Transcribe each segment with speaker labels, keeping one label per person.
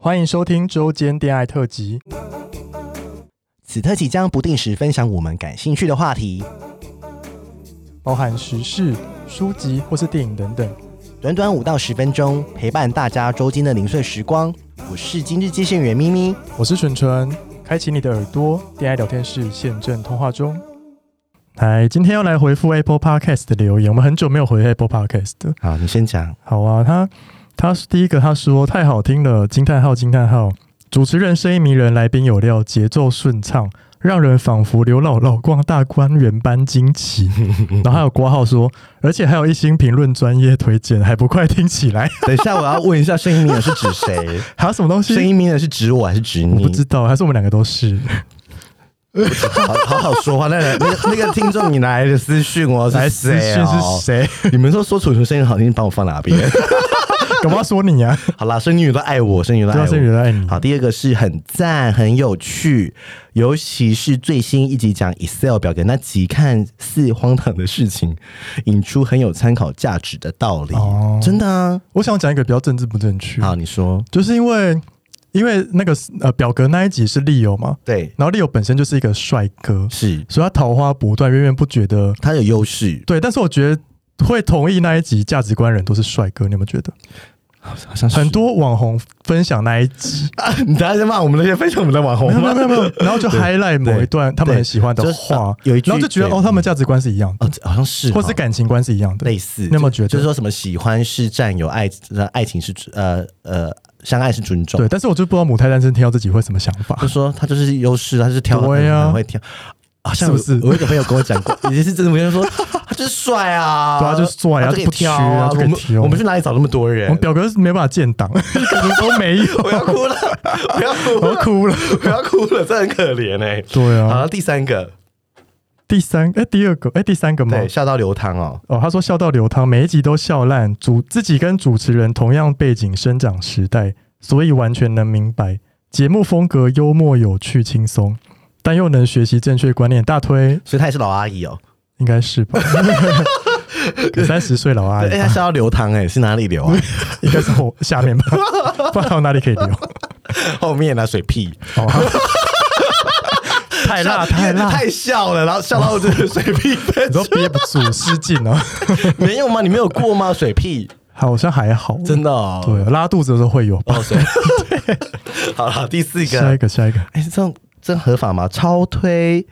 Speaker 1: 欢迎收听周间恋爱特辑。
Speaker 2: 此特辑将不定时分享我们感兴趣的话题，
Speaker 1: 包含时事、书籍或是电影等等。
Speaker 2: 短短五到十分钟，陪伴大家周间的零碎时光。我是今日接线员咪咪，
Speaker 1: 我是纯纯，开启你的耳朵，恋爱聊天室现正通话中。嗨，今天要来回复 Apple Podcast 的留言，我们很久没有回 Apple Podcast 了。
Speaker 2: 好，你先讲。
Speaker 1: 好啊，他他第一个他说太好听了，惊叹号惊叹号，主持人声音迷人，来宾有料，节奏顺畅，让人仿佛刘姥姥逛大观园般惊 奇。然后还有挂号说，而且还有一星评论专业推荐，还不快听起 来？
Speaker 2: 等一下，我要问一下，声音迷人是指谁？
Speaker 1: 还有什么东
Speaker 2: 声
Speaker 1: 西？
Speaker 2: 音迷 人是指我还是指
Speaker 1: 我
Speaker 2: 你？
Speaker 1: 不知道，还是我们两个都是？
Speaker 2: 好好好说话。那个那个那个听众，你来的私讯我
Speaker 1: 来
Speaker 2: 是
Speaker 1: 私
Speaker 2: 谁、
Speaker 1: 讯
Speaker 2: 哦
Speaker 1: 哎是？谁？
Speaker 2: 你们说说楚楚声音好听，把我放哪边？
Speaker 1: 搞不好说你啊，
Speaker 2: 好啦，声女都爱我，声女都
Speaker 1: 对
Speaker 2: 爱
Speaker 1: 啊，
Speaker 2: 我。
Speaker 1: 是原来你。
Speaker 2: 好，第二个是很赞，很有趣，尤其是最新一集讲 Excel 表格那集，看似荒唐的事情，引出很有参考价值的道理。
Speaker 1: 哦
Speaker 2: 真的啊！
Speaker 1: 我想讲一个比较政治不正确，
Speaker 2: 好，你说
Speaker 1: 就是因为因为那个呃表格那一集是利友嘛，
Speaker 2: 对，
Speaker 1: 然后利友本身就是一个帅哥，
Speaker 2: 是
Speaker 1: 所以他桃花不断，源源不绝的。
Speaker 2: 它有优势，
Speaker 1: 对，但是我觉得会同意那一集价值观的人都是帅哥，你有没有觉得？
Speaker 2: 好像
Speaker 1: 很多网红分享那一集，
Speaker 2: 啊！ 你等下先骂我们那些分哦享我们的网
Speaker 1: 没
Speaker 2: 红
Speaker 1: 有没有
Speaker 2: 吗？
Speaker 1: 没有没有，然后就 highlight 某一段他们很喜欢的
Speaker 2: 就是
Speaker 1: 话
Speaker 2: 啊，有一句
Speaker 1: 然后就觉得
Speaker 2: 对
Speaker 1: 哦，他们价值观是一样的，
Speaker 2: 哦，这好像 是哦，
Speaker 1: 或是感情观是一样的。
Speaker 2: 类似，
Speaker 1: 你有没有觉得
Speaker 2: 就是说什么喜欢是占有，爱呃爱情是呃呃相爱是尊重
Speaker 1: 对，。但是我就不知道母胎单身听到这集会什么想法
Speaker 2: 就。说他就是优势，他是挑，
Speaker 1: 对呀
Speaker 2: 很会挑。好像
Speaker 1: 是不是
Speaker 2: 我有一个朋友跟我讲过， 也是真的，我就说他就是帅啊，
Speaker 1: 对啊就是帅啊
Speaker 2: 他就可以
Speaker 1: 不缺
Speaker 2: 挑
Speaker 1: 啊
Speaker 2: 啊。
Speaker 1: 就
Speaker 2: 我
Speaker 1: 可以
Speaker 2: 们
Speaker 1: 挑
Speaker 2: 我们去哪里找那么多人
Speaker 1: 我们？表格是没办法建档， 都没有，
Speaker 2: 我 要哭了，不要哭
Speaker 1: 我
Speaker 2: 了
Speaker 1: 要，哭了。
Speaker 2: 不要哭了，这很可怜哎。
Speaker 1: 对
Speaker 2: 好
Speaker 1: 啊，
Speaker 2: 了，第三个，
Speaker 1: 第三哎第二个哎第三个吗？
Speaker 2: 对，笑到流淌哦，
Speaker 1: 哦，他说笑到流汤，每一集都笑烂，主自己跟主持人同样背景生长时代，所以完全能明白节目风格幽默、有趣、轻松，但又能学习正确观念，大推
Speaker 2: 所以他也是老阿姨哦。
Speaker 1: 应该是吧？ 三十岁老阿
Speaker 2: 对，
Speaker 1: 姨
Speaker 2: 哎，他
Speaker 1: 吧，
Speaker 2: 笑到流淌哎，是哪里流啊？
Speaker 1: 应该是后下面吧，不知道哪里可以留。嗯
Speaker 2: 后面啊，水屁，
Speaker 1: 哦、太辣
Speaker 2: 笑因
Speaker 1: 哎太
Speaker 2: 为
Speaker 1: 辣，
Speaker 2: 太笑了，然后笑到这个水 屁
Speaker 1: 你都憋不住，失禁了，
Speaker 2: 没有吗？你没有过吗？水屁
Speaker 1: 好像还好，
Speaker 2: 真的哦，
Speaker 1: 对，拉肚子的时候会有吧。
Speaker 2: 哦，水。好了，第四个，
Speaker 1: 下一个，下一个，
Speaker 2: 哎、这样这样合法吗？超推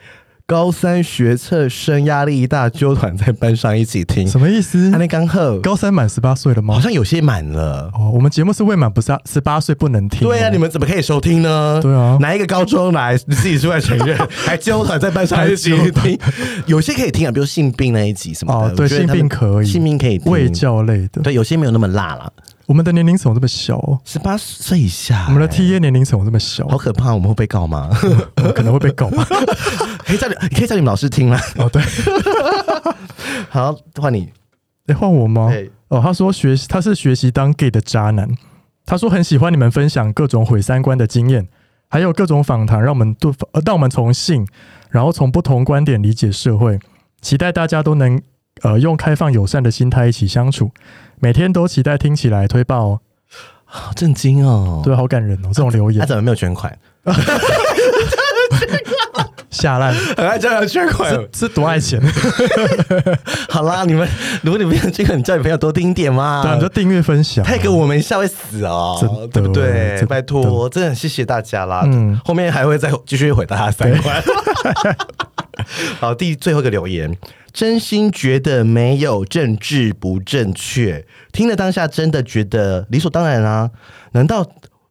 Speaker 2: 高三学测生压力一大，纠团在班上一起听。
Speaker 1: 什么意思
Speaker 2: 安？利刚贺，
Speaker 1: 高三满十八岁了吗
Speaker 2: 啊好？像有些满了。
Speaker 1: 哦，我们节目是未满不是啊十八岁不能听哦。
Speaker 2: 对啊，你们怎么可以收听呢？
Speaker 1: 对啊
Speaker 2: 哪一个高中来你自己出来承 认，还纠团在班上一起
Speaker 1: 还纠
Speaker 2: 听？有些可以听啊，比如性病那一集什么的。
Speaker 1: 哦，对，
Speaker 2: 我觉得
Speaker 1: 性
Speaker 2: 他们
Speaker 1: 病可以，
Speaker 2: 性病可以听。
Speaker 1: 卫教类的。
Speaker 2: 对，有些没有那么辣啦，
Speaker 1: 我们的年龄层这么小哦，
Speaker 2: 十八岁以下、
Speaker 1: 我们的 T A 年龄层这么小，
Speaker 2: 好可怕，我们会被告吗？
Speaker 1: 我们可能会被告吧。
Speaker 2: 可以叫你，可以叫你们老师听啦。
Speaker 1: 哦，对，
Speaker 2: 好，换你。
Speaker 1: 哎，换我吗
Speaker 2: 对？
Speaker 1: 哦，他说学习，他是学习当 gay 的渣男。他说很喜欢你们分享各种毁三观的经验，还有各种访谈，让我们对，呃，让我们从性，然后从不同观点理解社会。期待大家都能呃用开放友善的心态一起相处，每天都期待听起来推爆、哦。
Speaker 2: 好震惊哦！
Speaker 1: 对，好感人哦，这种留
Speaker 2: 他
Speaker 1: 言
Speaker 2: 怎么没有捐款？
Speaker 1: 下烂，
Speaker 2: 很爱叫人捐款
Speaker 1: 是。 是多爱钱，
Speaker 2: 好啦，你们如果你们有捐款，你叫你朋友多听一点嘛。
Speaker 1: 对啊，你就订阅分享，
Speaker 2: 太给我们一下会死
Speaker 1: 真
Speaker 2: 哦
Speaker 1: 的，
Speaker 2: 对
Speaker 1: 真
Speaker 2: 不对
Speaker 1: 的？
Speaker 2: 拜托，真的很谢谢大家啦。
Speaker 1: 嗯
Speaker 2: 嗯，后面还会再继续回答他的三 观。好，第最后一个留言，真心觉得没有政治不正确，听了当下真的觉得理所当然啊。难道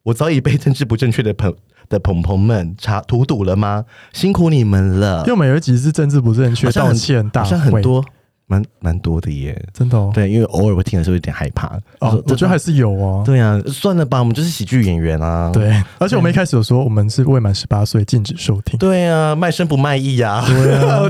Speaker 2: 我早已被政治不正确的朋的朋朋们查荼毒了吗？辛苦你们了
Speaker 1: 因为。我们有一集是政治不正确
Speaker 2: 好像
Speaker 1: 道
Speaker 2: 很
Speaker 1: 歉大会，
Speaker 2: 好像很多，蛮蛮多的耶。
Speaker 1: 真的哦，
Speaker 2: 对，因为偶尔会听的时候有点害怕。
Speaker 1: 哦，我觉得还是有哦，
Speaker 2: 对啊，算了吧，我们就是喜剧演员啊。
Speaker 1: 对，而且我们一开始有说我们是未满十八岁禁止收 听，
Speaker 2: 对啊，卖身不卖艺啊，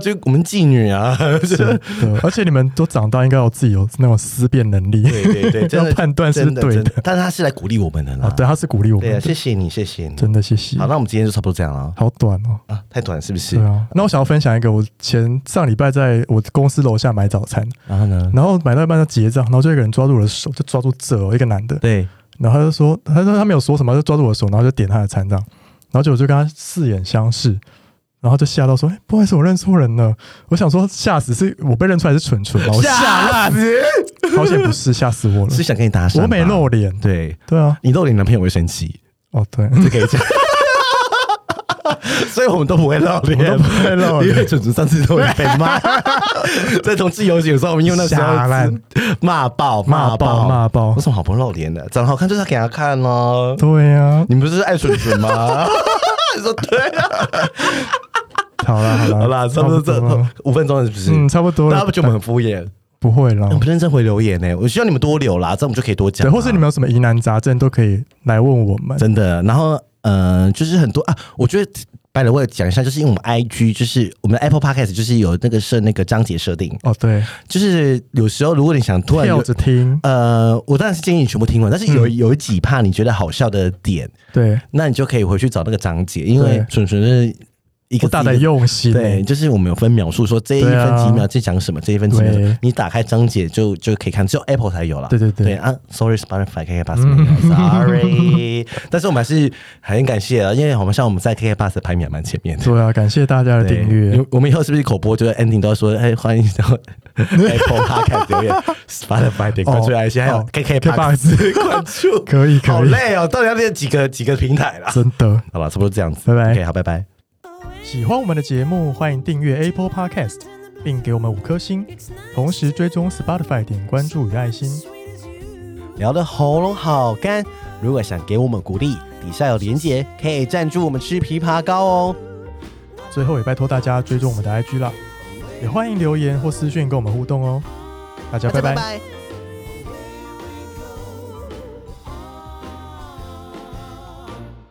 Speaker 2: 就 我们妓女啊，
Speaker 1: 真的，而且你们都长大，应该有自己有那种思辨能力，
Speaker 2: 对 对对，真
Speaker 1: 要
Speaker 2: 的
Speaker 1: 判断是
Speaker 2: 真的
Speaker 1: 对
Speaker 2: 真
Speaker 1: 的。
Speaker 2: 的，但是他是来鼓励我们的
Speaker 1: 啊，
Speaker 2: 啦。
Speaker 1: 对，他是鼓励我
Speaker 2: 对啊，
Speaker 1: 们
Speaker 2: 谢
Speaker 1: 的，
Speaker 2: 谢你，谢谢你。
Speaker 1: 真的谢谢
Speaker 2: 好，。那我们今天就差不多这样了
Speaker 1: 好短哦，
Speaker 2: 啊，太短了是不是
Speaker 1: 对？啊。那我想要分享一个，我前上礼拜在我公司楼下买早餐，
Speaker 2: 然后呢？
Speaker 1: 然后买到一半要结账，然后就有一个人抓住我的手，就抓住这哦，一个男的，
Speaker 2: 对，
Speaker 1: 然后他就说，他说他没有说什么，他就抓住我的手，然后就点他的餐这样，然后就我就跟他四眼相视，然后就吓到说，哎、不好意思，我认错人了。我想说吓死是我被认出来是蠢蠢吗？我
Speaker 2: 吓烂死，
Speaker 1: 好险不是，吓死我了，
Speaker 2: 是想跟你搭讪吧，
Speaker 1: 我没露脸。
Speaker 2: 对。
Speaker 1: 对啊，
Speaker 2: 你露脸，男朋友会生气，
Speaker 1: 哦对，
Speaker 2: 这可以讲。 所以我们都不会露脸，
Speaker 1: 我们都不会露脸
Speaker 2: 因为准准上次都有被 骂。在同志游行的时候，我们用那时
Speaker 1: 吓烂
Speaker 2: 候骂爆、
Speaker 1: 骂爆
Speaker 2: 爆、
Speaker 1: 骂爆
Speaker 2: 有什么好不露脸的？长得好看就是要给他看哦。
Speaker 1: 对啊，
Speaker 2: 你们不是爱蠢蠢吗？你 说对啊，
Speaker 1: 好啦好啦
Speaker 2: 好啦，差不多这
Speaker 1: 了
Speaker 2: 五分钟了是不是？
Speaker 1: 嗯差不多了
Speaker 2: 大家不觉得我们很敷衍？
Speaker 1: 不会啦
Speaker 2: 我。们认真回留言呢，欸我希望你们多留啦，这样我们就可以多讲
Speaker 1: 对，
Speaker 2: 啦。
Speaker 1: 或是你们有什么疑难杂症都可以来问我们。
Speaker 2: 真的。然后，呃，就是很多啊，我觉得。白了，我也讲一下，就是因为我们 I G，就是我们的 Apple Podcast，就是有那个设那个章节设定，
Speaker 1: 哦，对，
Speaker 2: 就是有时候如果你想突然有
Speaker 1: 跳着嗯听，
Speaker 2: 呃，我当然是建议你全部听完，但是有有几怕你觉得好笑的点，
Speaker 1: 对，
Speaker 2: 那你就可以回去找那个章节，因为
Speaker 1: 对
Speaker 2: 纯纯是一个
Speaker 1: 不大的
Speaker 2: 字一个
Speaker 1: 用心，
Speaker 2: 对，，就是我们有分描述，说这一
Speaker 1: 对啊
Speaker 2: 分几秒在讲什么，这一分几秒
Speaker 1: 对，
Speaker 2: 你打开章节就就可以看，只有 Apple 才有了。
Speaker 1: 对对对嗯
Speaker 2: 啊，Sorry Spotify KK Bus 没有，Sorry，但是我们还是很感谢啊，因为我们像我们在 KK Bus 的排名还蛮前面的。
Speaker 1: 对啊，感谢大家的
Speaker 2: 对
Speaker 1: 订阅，，
Speaker 2: 我们以后是不是口播就是 ending 都要说，哎，欢迎到 Apple Podcast 留言，Spotify 点关注爱心，还有
Speaker 1: 哦
Speaker 2: KK
Speaker 1: KKBOX
Speaker 2: Box 关注，
Speaker 1: 可以可以
Speaker 2: 好累哦，到底要练几个几个平台啦？
Speaker 1: 真的。
Speaker 2: 好了，差不多这样子，
Speaker 1: 拜拜
Speaker 2: OK，好，拜拜。
Speaker 1: 喜欢我们的节目，欢迎订阅 Apple Podcast，并给我们五颗星，同时追踪 Spotify 点关注与爱心。
Speaker 2: 聊得喉咙好干。如果想给我们鼓励，底下有连结，可以赞助我们吃枇杷膏哦。
Speaker 1: 最后也拜托大家追踪我们的 IG 啦，也欢迎留言或私讯跟我们互动哦。大家
Speaker 2: 大家
Speaker 1: 拜
Speaker 2: 拜
Speaker 1: 拜
Speaker 2: 拜。
Speaker 3: Oh